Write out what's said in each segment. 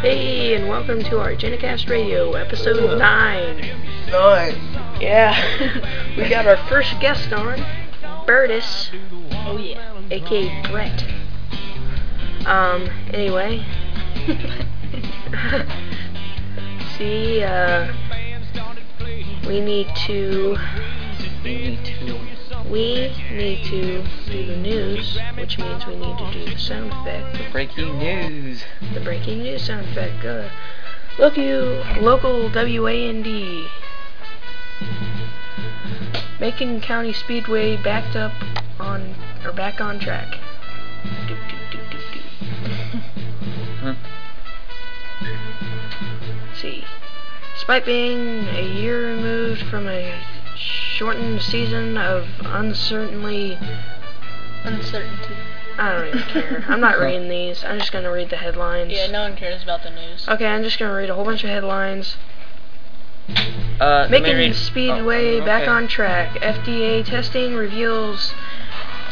Hey, and welcome to our Genicast Radio, episode 9. Nine. Yeah, we got our first guest on, Bertus, Oh yeah. aka Brett. Um, anyway, see, uh, we need to. We need to do the news, which means we need to do the sound effect. Breaking news. The breaking news sound effect. Uh, local, local WAND. Macon County Speedway backed up on or back on track. Doo, doo, doo, doo, doo. Huh. See, despite being a year removed from a shortened season of uncertainly, Uncertainty. I don't even care. I'm not reading these. I'm just gonna read the headlines. Yeah, no one cares about the news. Okay, I'm just gonna read a whole bunch of headlines. Uh, let me Making read- Speedway oh, okay. back on track. FDA testing reveals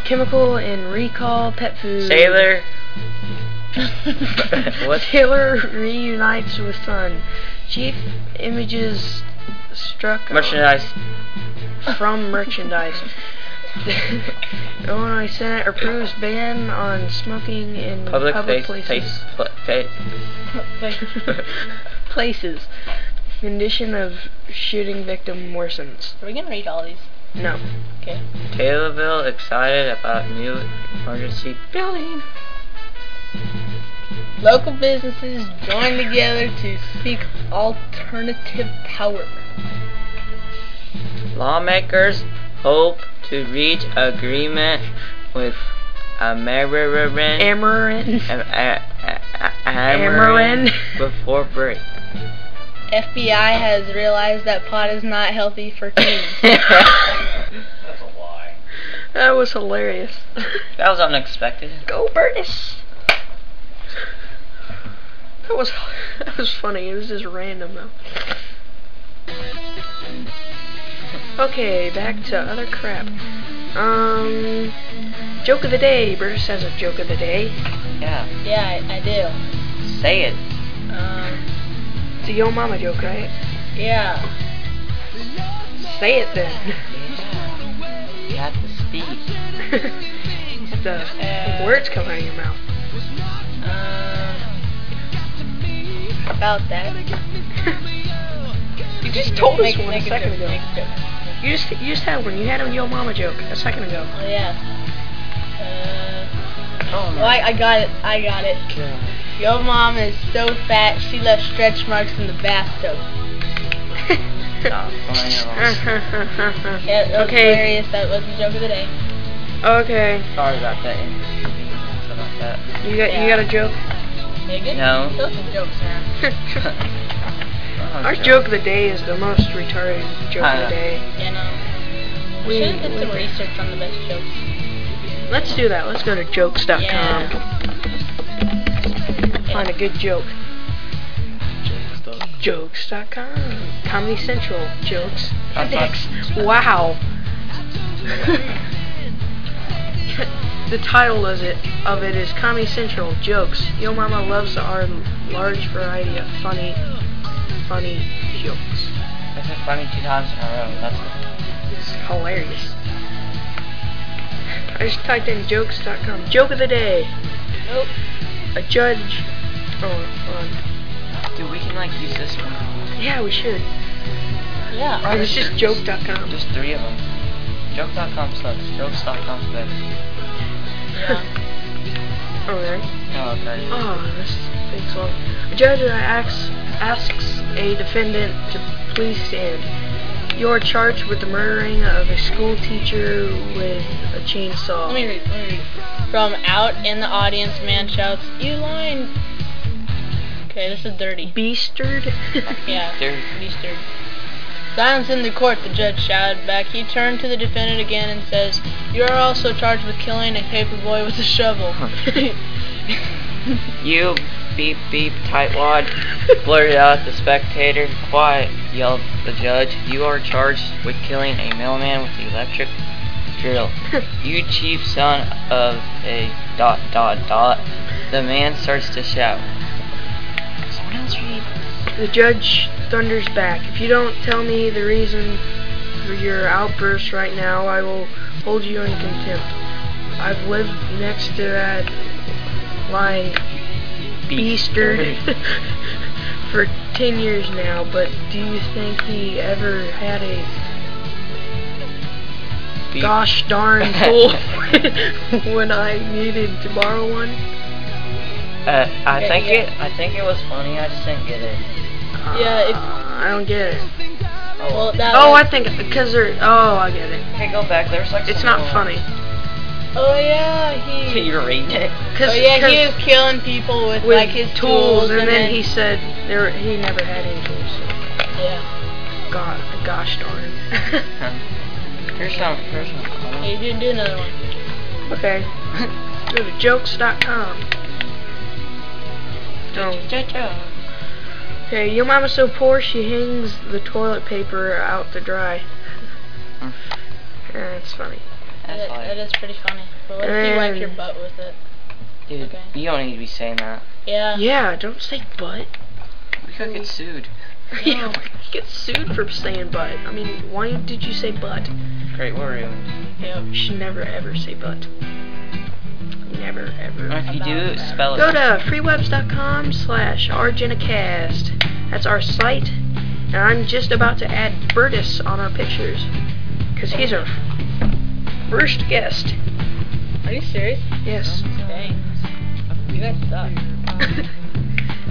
chemical in recall pet food. Sailor. What? Taylor reunites with son. Chief images struck Merchandise. from merchandise. Illinois Senate approves ban on smoking in Public, place. places. Place. Pla- face. places. Condition of shooting victim worsens. Are we gonna read all these? No. Okay. Taylorville excited about new emergency building. Local businesses join together to seek alternative power. Lawmakers hope to reach agreement with American Amarin. Amarin Amarin. before break. FBI has realized that pot is not healthy for teens. that That was hilarious. was unexpected. Go Bertus. That was that was funny. It was just random though. Okay, back to other crap. Um, joke of the day. Bertus has a joke of the day. Yeah. yeah, I, I do. Say it. Um, It's a yo mama joke, right? yeah. Say it then. You have to speak. the the words come out of your mouth. Um, about that. You just told us Make- one make a second joke, ago. make a joke. You just you just had one. You had a yo mama joke a second ago. Oh, yeah. Uh, Oh Well, I, I got it. I got it. Your mom is so fat, she left stretch marks in the bathtub. Yeah, that was okay. hilarious. That was the joke of the day. Okay. Sorry about that inconvenience about that. You got you got a joke. Yeah, good. No. Throw some jokes around. Our joke of the day is the most retarded joke of Uh, the day. You know. We We- should have did some we- research on the best jokes. Let's do that. Let's go to jokes.com. Find a good joke. Jokes.com. Comedy Central. Jokes. That's Index. awesome. Wow. the title is it of it is Comedy Central jokes. Yo Mama loves our large variety of funny, funny jokes. This is funny two times in a row. That's It's hilarious. I just typed in jokes.com. Joke of the day. Nope. A judge. Oh, on. Dude, we can like use this one. Yeah, we should. Yeah. Or it's just joke.com. Just three of them. Joke.com sucks. Jokes.com's better. yeah. Alright. Oh, okay. Oh, this takes long. A judge asks, asks a defendant to please stand. You are charged with the murdering of a school teacher with a chainsaw. Let me read. Let me read. From out in the audience, man shouts, "You lying!" Okay, this is dirty. Beastard? Yeah. Dirty. Easter. Silence in the court, the judge shouted back. He turned to the defendant again and says, You are also charged with killing a paper boy with a shovel. You beep beep tightwad blurted out at the spectator. Quiet, yelled the judge. You are charged with killing a mailman with the electric drill. you chief son of a dot dot dot. The man starts to shout. The judge thunders back. If you don't tell me the reason for your outburst right now, I will hold you in contempt. I've lived next to that lying beaster for 10 years now, but do you think he ever had a Beep. gosh darn fool when I needed to borrow one? Uh, I Yeah, think yeah. it. I think it was funny. I just didn't get it. Yeah, if- Uh, I don't get it. Well, that Oh, was- I think because they're. Oh, I get it. Okay, go back. There's like. It's some not little- funny. oh yeah, he. You're reading it. Cause, Oh yeah, 'cause he was killing people with, with like his tools, and, then, he said there he never had any tools. So. Yeah, God, gosh darn. Here's some. Here's some. he didn't do another one. okay. Go to jokes.com. Don't. Okay, your mama's so poor she hangs the toilet paper out to dry. Hmm. Yeah, That's funny. That's That- that like, is pretty funny. But what if you wipe your And- butt with it? dude, okay. you don't need to be saying that. Yeah. Yeah, don't say butt. We could get sued. yeah, we get sued for saying butt. I mean, why did you say butt? Great warrior. Yep. You should never ever say butt. Never ever. Or if you do, About- spell it. Go to freewebs.com slash argenicast. That's our site. And I'm just about to add Bertus on our pictures. Because he's our first guest. Are you serious? Yes. Dang. You guys suck.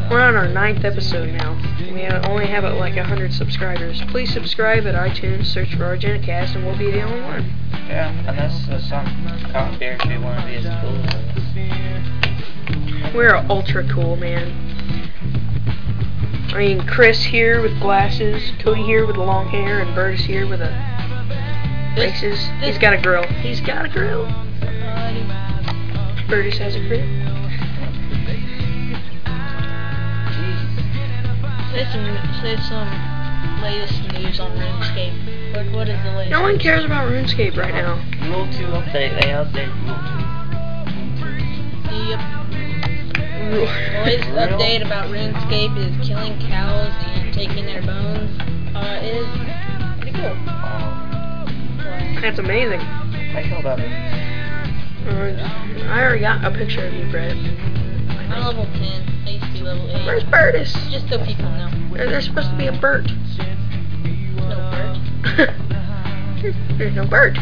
We're on our ninth episode now. We only have uh, like 100 subscribers. Please subscribe at iTunes, search for Argenicast, and we'll be the only one. Yeah, unless uh, some cotton bear should want to be as cool as us. We're ultra cool, man. I mean, Chris here with glasses, Cody here with long hair, and Burtis here with a This, braces. He's got a grill. He's got a grill. Burtis has a grill. Jeez. say some, say some latest news on RuneScape. What, what is the latest? No one cares about RuneScape right now. Rule 2 update. They update Rule The latest Real? update about RuneScape is killing cows and taking their bones. Uh, is pretty 2. cool. Um, Like, That's amazing. I killed that one. Uh, I already got a picture of you, Brett. I'm level 10. I used to be level 8. Where's Burtis? Just so people know. There- There's supposed to be a bird. No bird. There's no bird.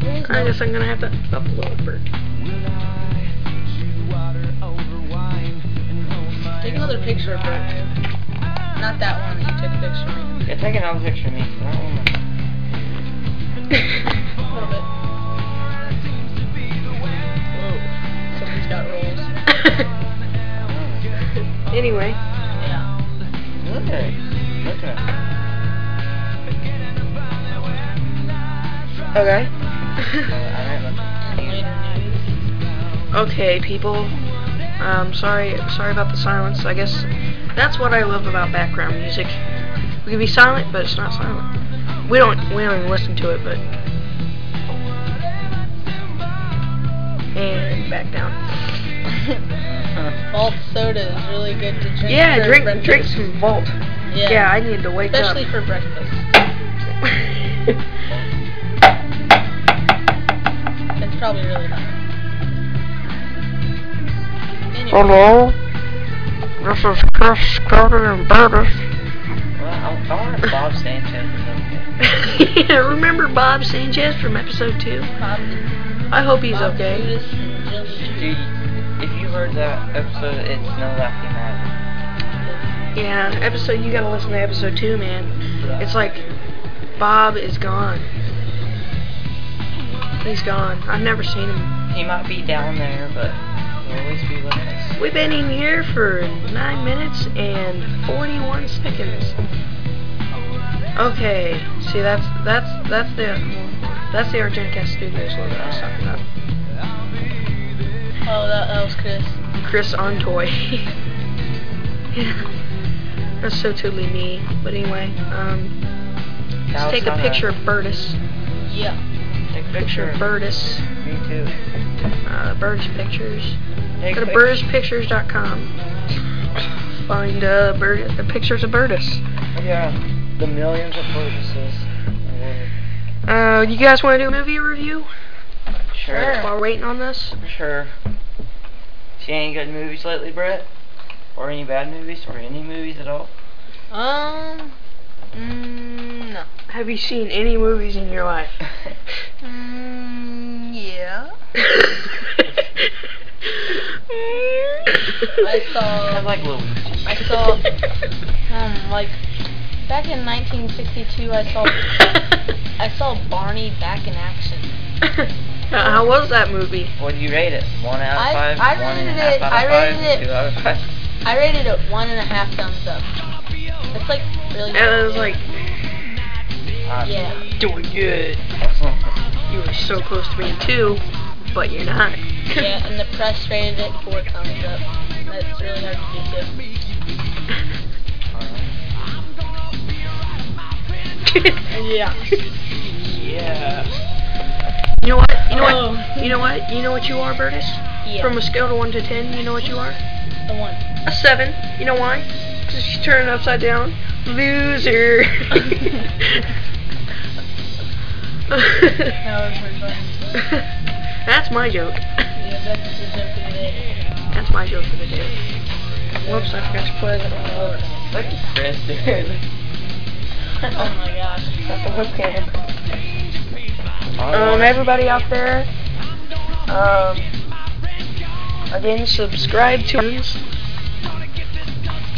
There is I no- guess I'm gonna have to upload a bird. Take another picture of Brooke. Not that one that you took a picture of me. Yeah, take another picture of me. 'cause That one. A little bit. Whoa. Somebody's got rolls. anyway, Yeah. Look at it. Look okay. at it. I don't know. And later news. okay, people. Um, sorry, sorry about the silence. I guess that's what I love about background music. We can be silent, but it's not silent. We don't, we don't even listen to it, but. And back down. Malt soda is really good to drink. Yeah, for drink, breakfast. drink some Volt. Yeah. Yeah, I need to wake Especially up. for breakfast. That's probably really hot. Anyway, this is Chris Cody and Burtis. Well, I, I wanted Bob Sanchez or something. yeah, remember Bob Sanchez from episode two? Bob- I hope he's Bob okay. Judas and Jill Street. Dude, if you heard that episode, it's no laughing matter. Yeah, episode you gotta listen to episode two, man. It's like Bob is gone. He's gone. I've never seen him. He might be down there, but he'll always be with us. We've been in here for nine minutes and forty-one seconds. Okay, see that's that's that's the that's the Argenicast Studios logo I was talking about. Oh, that, that was Chris. Chris on toy. yeah. That's so totally me. But anyway, um, Now let's it's take a not picture of Burtis. Yeah. Take a Picture picture of Burtis. Me too. Uh, Burtis Pictures. Take Go to picture. burtispictures.com. find uh, Bur- uh, pictures of Burtis. Yeah, the millions of purchases. Uh, you guys want to do a movie review Sure, while waiting on this? sure. See any good movies lately, Brett? Or any bad movies? Or any movies at all? Um, mm, no. Have you seen any movies in your life? Mm, yeah. I I saw- I like Luigi. I saw, um, like, back in 1962, I saw, I saw Barney back in action. Uh, How was that movie? What do you rate it? One out of I- five. I one and a rated half it- Out of I five, rated it- Two out of five. I rated it one and a half thumbs up. It's like really. It was like Uh, Yeah. doing good. You were so close to being two, but you're not. Yeah, and the press rated it four thumbs up. That's really hard to do too. Yeah. yeah. you know what? You know Oh. what? You know what? You know what you are, Burtis? Yeah. From a scale of one to ten, you know what you are? the one. A seven. You know why? Because you turn it upside down. Loser. That was pretty funny. That's my joke. Yeah, that's the joke of the day. That's my joke for the day. Whoops, I forgot to play that one over. Look at Chris, dude. Oh my gosh. Okay. Um, everybody out there, um, again, subscribe to us.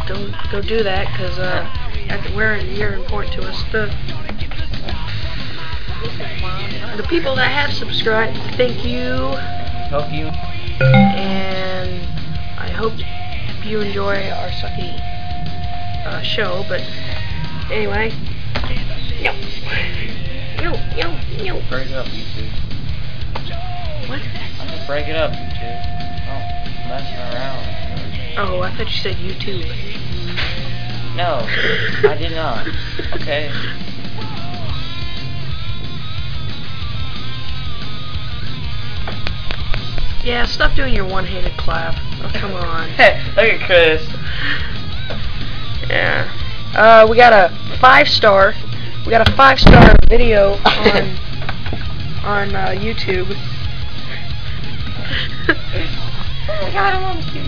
Go, go do that, because, uh, that's- we're, you're important to us. The, the people that have subscribed, thank you, Hope you. and I hope you enjoy our sucky, uh, show, but anyway. No. No, no, no. Break up, you two. What? I'm just break it up, you two. Don't mess around. Oh, I thought you said YouTube. No, Oh, I did not. Okay. Yeah, stop doing your one-handed clap. Oh, come on. Look at Chris. yeah. Uh, we got a five-star. We got a five-star video on on uh, YouTube. I got him on TV.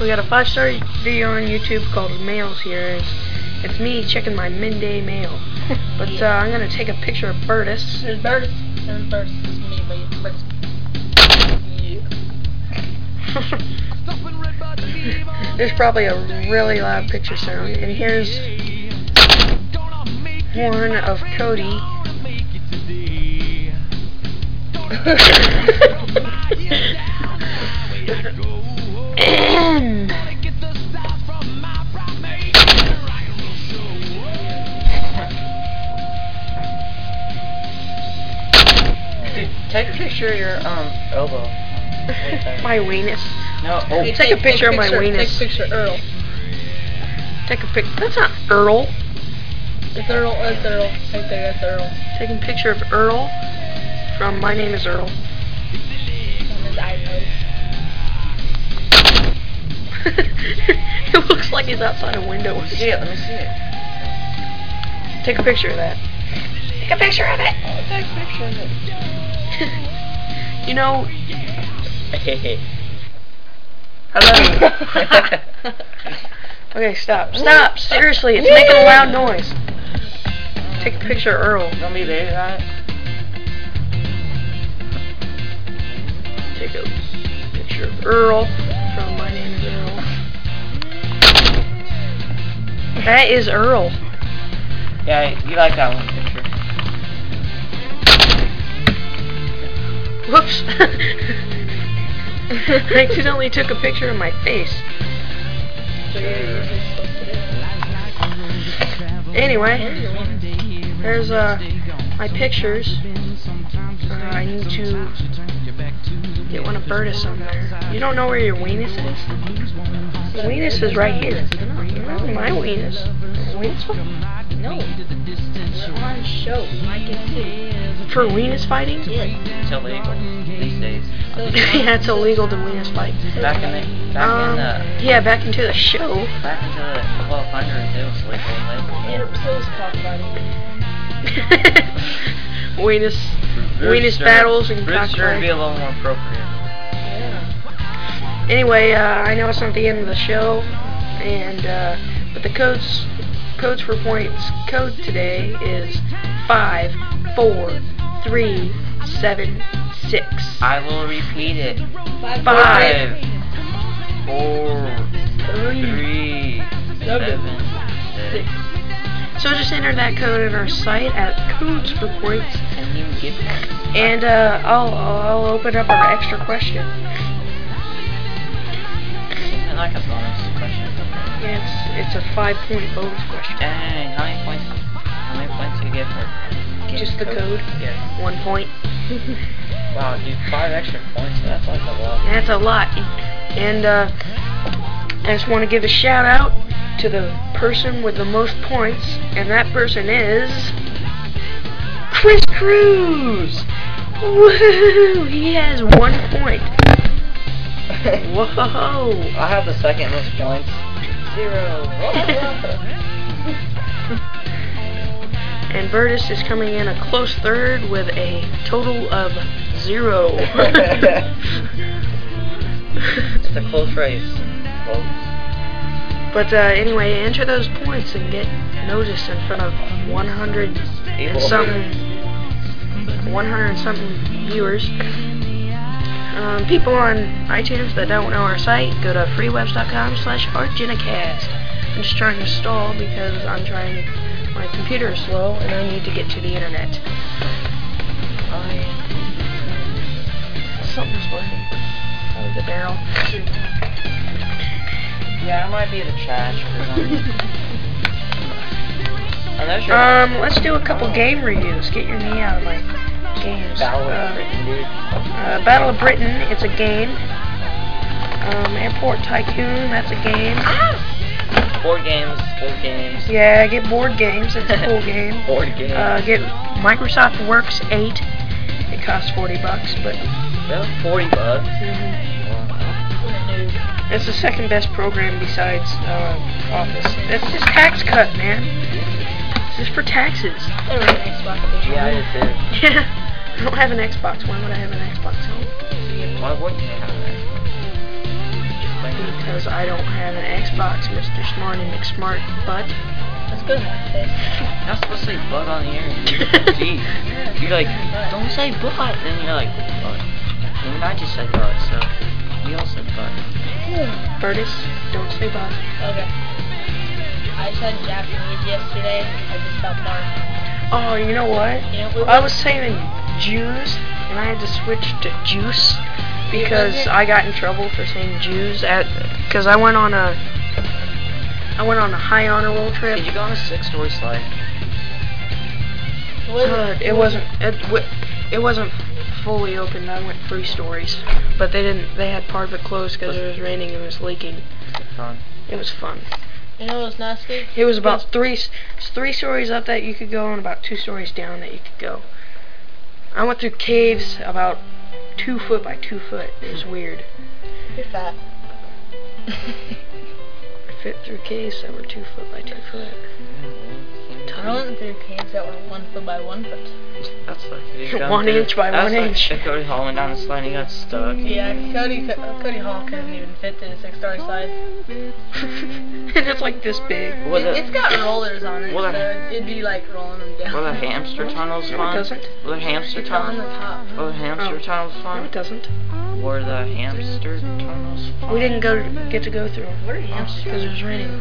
we got a five-star video on YouTube called Mails Here. It's, it's me checking my midday mail. But uh, I'm gonna take a picture of Burtis. There's birds. There's birds. It's me, but it's birds. Yeah. There's probably a really loud picture sound, and here's one of Cody. Dude, take a picture of your um elbow. Right there. my weenus. No. Oh. Hey, take a picture of my Take weenus. a picture, Earl. Take a pic. That's not Earl. It's Earl. It's Earl. Right there. That's Earl. Taking a picture of Earl from My Name Is Earl. On his iPhone. it looks like he's outside a window. See it. Let me see it. Take a picture of that. Take a picture of it. Oh, take a picture of it. You know, Hello. Okay, stop. Stop! Seriously, it's making a loud noise. Take a picture of Earl. Don't be there, right? Take a picture of Earl from My Name is Earl. That is Earl. Yeah, you like that one picture. Whoops. I accidentally took a picture of my face. So you're usually supposed to do that. Anyway, there's uh my pictures. Uh, I need to get one of Burtis on there. You don't know where your weenus is? Weenus is right here. Where's my weenus? Weenus? No. We're on show. I can see. For weenus fighting? Yes. It's illegal these days. yeah, it's illegal to weenus fight. Back in uh, the back Um, in the yeah, back into the show. back into the 1200s, it was legal. And I'm so cock fighting. weenus. Weenus battles and British cockfighting. would be a little more appropriate. Yeah. Anyway, uh, I know it's not the end of the show, and uh, but the codes codes for points code today is five four three seven six. I will repeat it. Five. Five. Four, Oh, Three. three, Seven. seven, Six. six. So just enter that code at our site at codes for points, Can you get that? and uh, I'll I'll open up our extra question. I like a bonus question. Yeah, It's it's a five point bonus question. Dang, how many points? How many points do you get for? getting Just the code. Yeah. One point. Wow, dude, five extra points. That's like a lot. That's a lot. And uh, I just want to give a shout out to the person with the most points, and that person is Chris Cruz. Woo! He has one point. Whoa! I have the second most points. Zero. And Burtis is coming in a close third with a total of zero. it's a close race. but uh, anyway, enter those points and get noticed in front of 100 and People. some 100 and something viewers. Um, people on iTunes that don't know our site, go to freewebs.com slash artgenacast. I'm just trying to stall because I'm trying to, my computer is slow and I need to get to the internet. Something's working. Oh, the barrel. Yeah, I might be the trash. 'cause I'm- Unless you're Um, let's do a couple game reviews. Get your knee out of my games. Battle Uh, of Britain, dude. Uh, Battle of Britain, it's a game. Um, Airport Tycoon, that's a game. Board games, board games. Yeah, get board games, it's a cool game. Board games. Uh, get Microsoft Works 8. It costs 40 bucks, but That was 40 bucks. it's the second best program besides uh, Office. That's just tax cut, man. It's just for taxes. There was an Xbox Yeah, I just did. Yeah. I don't have an Xbox. Why would I have an Xbox? Home? Why wouldn't you have that? Just like- Because I don't have an Xbox, Mr. Smarty McSmart. But That's good enough. You're not supposed to say butt on the air. dude. Jeez. You're like, don't say butt. Then you're like, butt. And I just said butt, so we all said butt. Curtis, don't say bye. Okay. I said Japanese yesterday. I just got marked. Oh, you know what? You know, we I was saying Jews, and I had to switch to juice because I got in trouble for saying Jews at because I went on a I went on a high honor roll trip. Did you go on a six-story slide? Uh, it wasn't it, w- it wasn't fully open. I went three stories, but they didn't. They had part of it closed because it was raining and it was leaking. Was it fun? It was fun. You know what's nasty? It was about three s- three stories up that you could go and about two stories down that you could go. I went through caves about two foot by two foot. It Hmm. was weird. You're fat. I fit through caves that were two foot by two foot. I went through caves that were one foot by one foot. That's like if you One inch by that's one like inch. If Cody Hall went down the slide and he got stuck. Yeah, Cody cou- uh, Cody Hall couldn't even fit through the six story slide. and it's like this big. Was it, it- has got rollers on it, Well, so that- it'd be like rolling them down. Were the hamster tunnels No, it fun? doesn't. Were the hamster It's on the tunnels? top. Were the hamster Oh. tunnels No, it fun? doesn't. Were the hamster tunnels fun? We didn't go get to go through What are hamster because it was raining.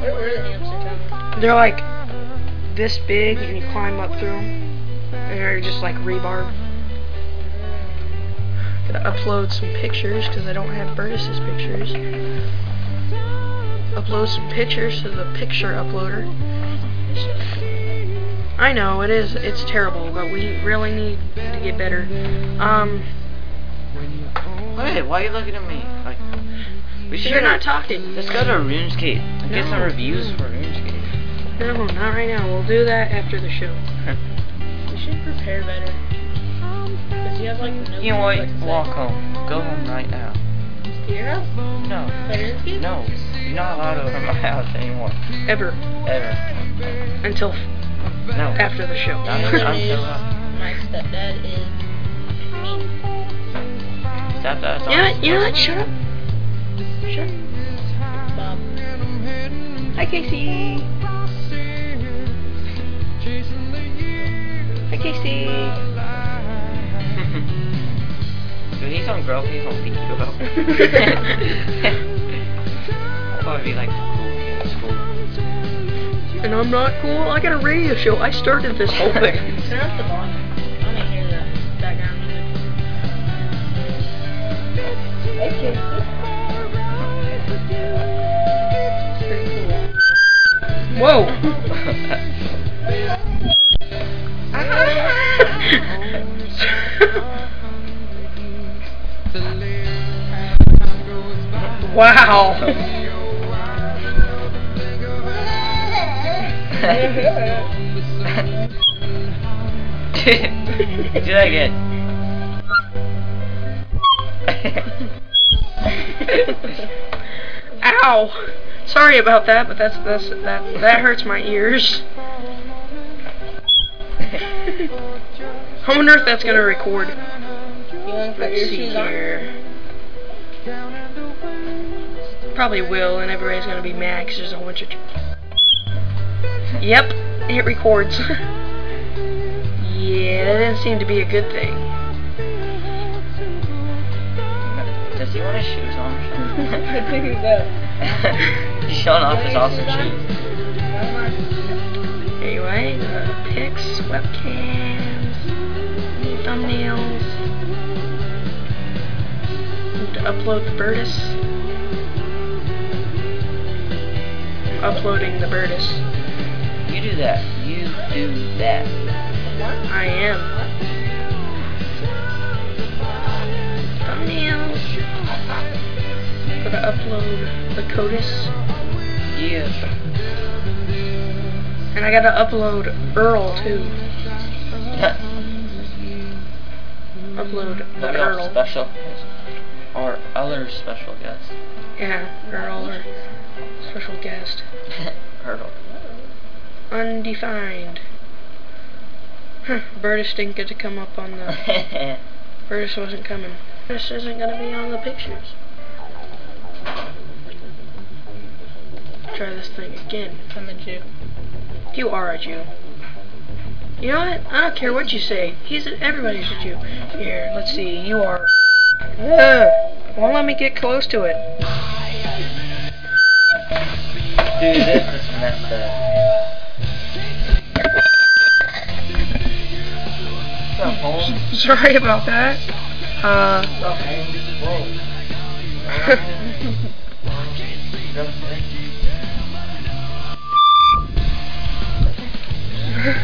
Where were the hamster tunnels? They're like this big, and you climb up through them. And they're just like rebar. Gotta upload some pictures because I don't have Burtis's pictures. Upload some pictures to the picture uploader. I know it is. It's terrible, but we really need to get better. Um, Wait, why are you looking at me? Like, we should. you're not talking. Let's go to RuneScape and get No. some reviews for RuneScape. No, not right now. We'll do that after the show. You should prepare better. Cause you have like no You know what? to say. Walk home. Go home right now. To your house? No. Federinsky? No. You're not allowed over my house anymore. Ever. Ever. Until f- No. after the show. Not Another I'm news, still up. my stepdad is mean. Stop that. You know, you know what? Shut up. Shut up. Bob. Hi, Casey. Hi, Casey. Dude, he's on girl, he's on Pinky Girl. I'll probably be like, cool, that's cool. And I'm not cool. I got a radio show. I started this whole thing. Turn up the volume. I want to hear the background music. Whoa. wow. Do that again. Ow. Sorry about that, but that's that's that that hurts my ears. I wonder if that's gonna record. You want to put your Let's see shoes on? here. Probably will, and everybody's gonna be mad 'cause there's a whole bunch of. Yep, it records. yeah, that doesn't seem to be a good thing. Does he want his shoes on or I something? think he does. He's showing off his awesome shoes. Anyway, uh, pics, webcams, thumbnails. Need to upload the Burtis. I'm uploading the Burtis. You do that. You do that. I am. Thumbnails. Gotta upload the CODIS. Yeah. And I gotta upload Earl too. Upload Look at our Earl. special. Our other special guest. Yeah, Earl or special guest. Hurdle. Undefined. Huh, Burtis didn't get to come up on the. Burtis wasn't coming. Burtis isn't gonna be on the pictures. Try this thing again. I'm a Jew. You are a Jew. You know what? I don't care what you say. He's a, everybody's a Jew. Here, let's see. You are. Ugh. Won't let me get close to it. Dude, this is messed up. Some holes. Sorry about that. Uh, Some holes. Uh, Whoa.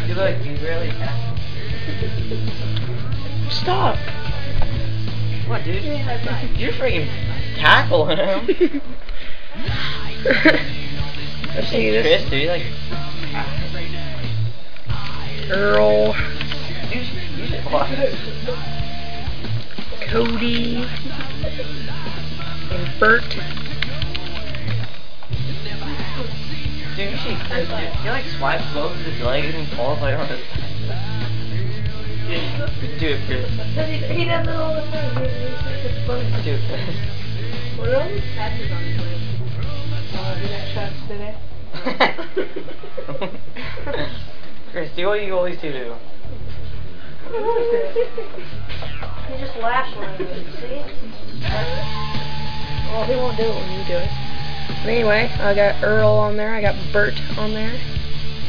you look, you really have. stop. What, dude? You're freaking tackling him. let's see this. Chris, dude, you like. Earl, You should, you should watch. Cody, and Bert. Dude, you should. He like swipes both of his legs and falls like on his. Dude, do it, Chris. He does it all the time. He- he's like a bug. Do it, Chris. What are all these patches on his leg? Oh, we got shots today. Chris, do what you always do. do. He just laughs when I do it, see? Well, he won't do it when you do it. But anyway, I got Earl on there. I got Bert on there.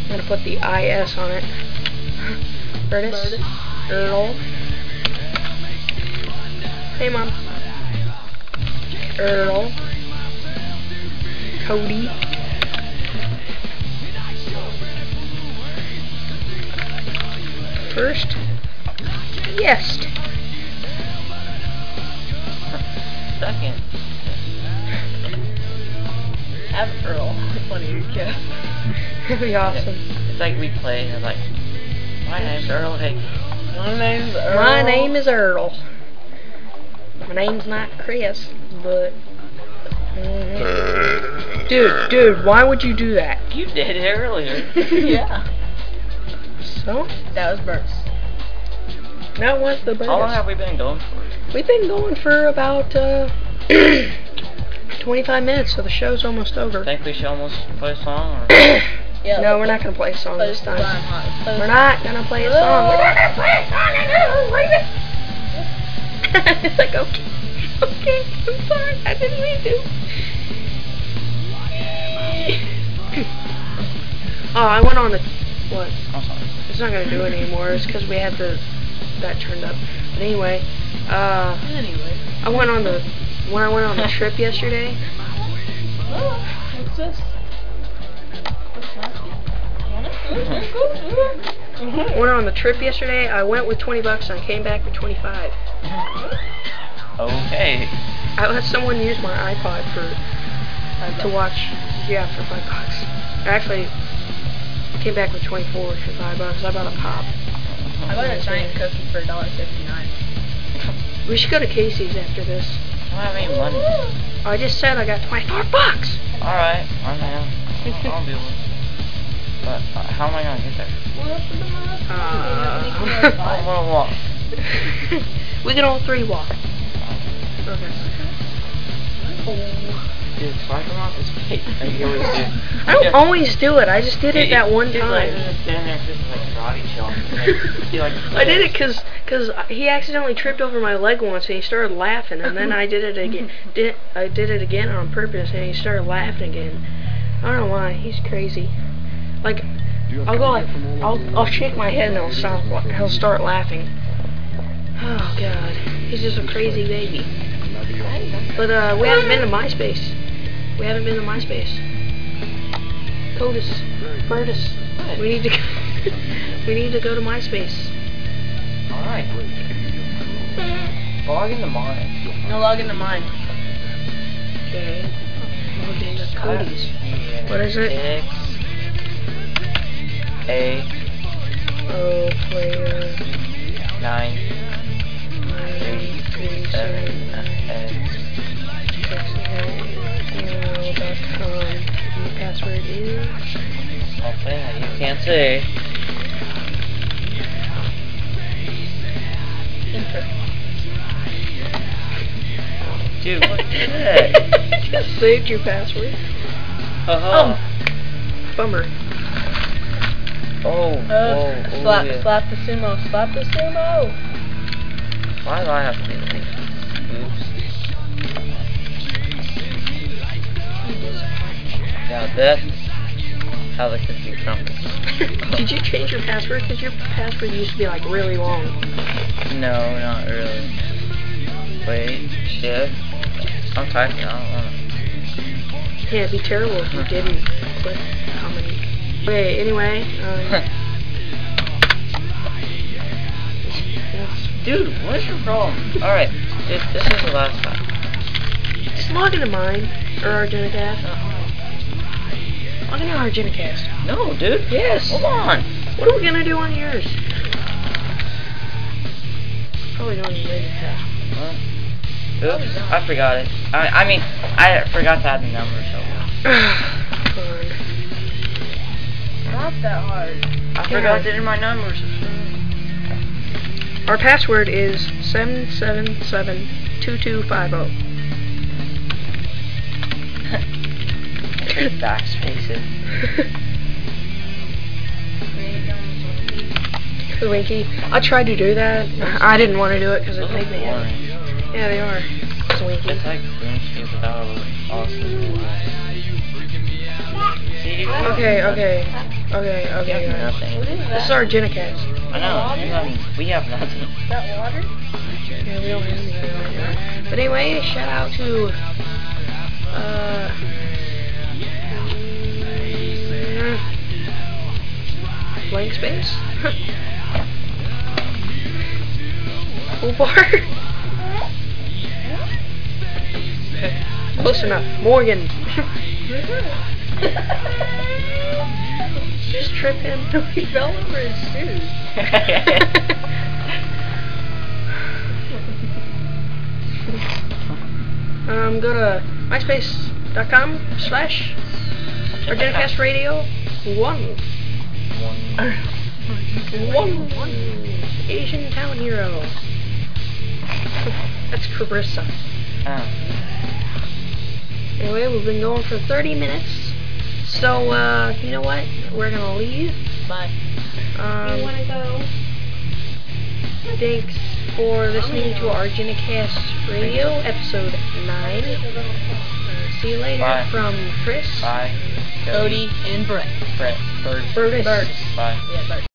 I'm gonna put the IS on it. Bertus. Earl. Hey, mom. Earl. Cody. First. Yes. Second. Have Earl. That's funny, you kiss. That'd be awesome. It's like we play and it's like, my name's Earl. Hey, My name's Earl. My name is Earl. My name's not Chris, but. Mhm. Dude, dude, why would you do that? you did it earlier. yeah. So, That was burst. that was the best. How long have we been going for? We've been going for about uh, 25 minutes, so the show's almost over. Think we should almost play a song? Or? no, Yeah. we're not gonna play a song this Close to Blind time. Hot. Close We're not gonna play a song. We're not gonna play a song. I know. Wait a minute. it's like okay, okay. I'm sorry. I didn't mean to. oh, I went on the what? I'm sorry. It's not gonna do it anymore. It's because we had the that turned up. But anyway, uh. Anyway. I went on the when I went on the trip yesterday. Oh, what's this? Looks nasty. Want it? Went on the trip yesterday. I went with 20 bucks and I came back with 25. Okay. I let someone use my iPod for to watch. Yeah, for five bucks. Actually, I came back with 24 for five bucks. I bought a pop. I bought a giant cookie for $1.59. We should go to Casey's after this. I don't have any money. All I just said I got 24 bucks. right, I'm down. I'll, I'll deal with it. But uh, how am I gonna get there? Uh, I'm gonna walk. we can all three walk. Okay. Dude, slide them off his face. Like you always do. I don't always do it. I just did it that one He's like time. just standing there, just like karate chopping. He like. I did it cause, 'cause he accidentally tripped over my leg once and he started laughing and then I did it again. Did I did it again on purpose and he started laughing again. I don't know why. He's crazy. Like I'll go like I'll I'll shake my head and he'll stop. la- He'll start laughing. Oh God, he's just a crazy baby. But uh, we haven't been to MySpace. We haven't been to MySpace. Codus, Curtis, we need to go, we need to go to MySpace. Alright. Log into mine. No log into mine. Okay. Log into Cody's. What is it? X. A. Oh, player. 9. nine, three, 7. seven, X. six, nine, zero, dot com. Your password is. Something that you can't see. Enter. Dude, what is that? Just saved your password. Uh-huh. Bummer. Oh. Oh. Oh, oh, slap, yeah. slap the sumo, slap the sumo. Why do I have to be late? Oops. Now that's how the cookie crumbles. Did you change your password? Because your password used to be like really long. No, not really. Wait, shift. I'm typing, I don't wanna. Yeah, it'd be terrible if you didn't. But how many? Okay, anyway. Oh, Um, Dude, what is your problem? Alright, this, this is the last time. just log into mine or Argenicast. Log into Argenicast. No, dude. Yes. Hold on. What are we gonna do on yours? Probably don't even make it. Oops, I forgot it. I, I mean, I forgot to add the number, so. Fine. Not that hard. I forgot to enter my numbers. Our password is seven seven seven two two five zero. Backspace it. oh. Winky. I tried to do that. I didn't want to do it because it made me. Boring. Yeah, they are. Swinky. It's like Grinch without a awesome. See, you have Okay, nothing. okay, okay, You okay. have guys. nothing. What is This that? is our Genicast. I know. You have, we have nothing. that water? Yeah, we don't have anything right now. But anyway, shout out to uh mm, blank space. Cool bar. Close enough. Morgan. Just trip him till he fell over his shoes. um, go to myspace.com slash Organicast Radio 1. One, one Asian town hero. That's Carissa. Oh, Anyway, we've been going for 30 minutes. So, uh, you know what? We're gonna leave. Bye. Um, You wanna go? Thanks for listening to our Genicast Radio, episode 9. See you later Bye. from Chris. bye. Cody and Brett. Brett. Bird. Burgess. Bird. Bye. Yeah, Bert.